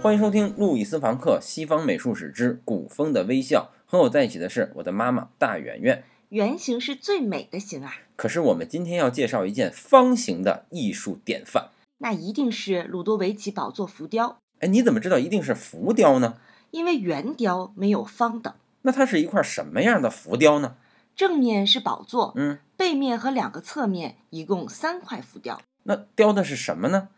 欢迎收听路易斯·房克《西方美术史之古风的微笑》。和我在一起的是我的妈妈大圆圆。圆形是最美的形啊，可是我们今天要介绍一件方形的艺术典范。那一定是鲁多维奇宝座浮雕，哎，你怎么知道一定是浮雕呢？因为圆雕没有方的，那它是一块什么样的浮雕呢？正面是宝座，嗯，背面和两个侧面一共三块浮雕。那雕的是什么呢？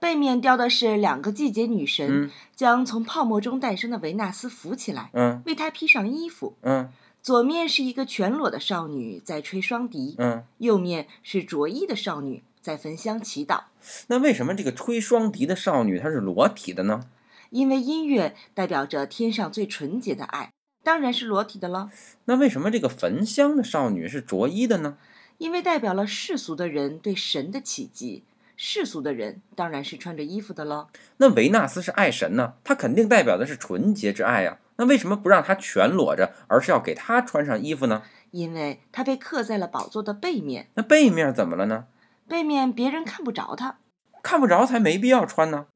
背面雕的是两个季节女神嗯将从泡沫中诞生的维纳斯扶起来，嗯为她披上衣服。嗯左面是一个全裸的少女在吹双笛，嗯。右面是着衣的少女在焚香祈祷。那为什么这个吹双笛的少女她是裸体的呢？因为音乐代表着天上最纯洁的爱，当然是裸体的了。那为什么这个焚香的少女是着衣的呢？因为代表了世俗的人对神的企及，世俗的人当然是穿着衣服的了。那维纳斯是爱神呢，她肯定代表的是纯洁之爱呀、那为什么不让她全裸着，而是要给她穿上衣服呢？因为它被刻在了宝座的背面，那背面怎么了呢？背面别人看不着它。看不着才没必要穿呢。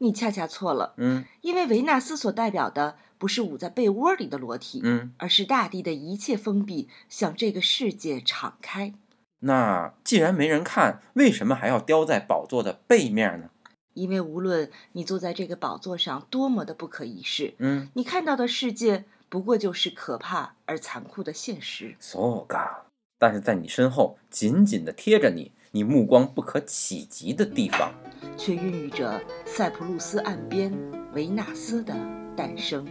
你恰恰错了，嗯因为维纳斯所代表的不是捂在被窝里的裸体，嗯，而是大地的一切封闭向这个世界敞开。那既然没人看，为什么还要雕在宝座的背面呢？因为无论你坐在这个宝座上多么的不可一世，嗯你看到的世界不过就是可怕而残酷的现实。 ，so ga，但是在你身后紧紧的贴着你，你目光不可企及的地方。却孕育着塞浦路斯岸边维纳斯的诞生。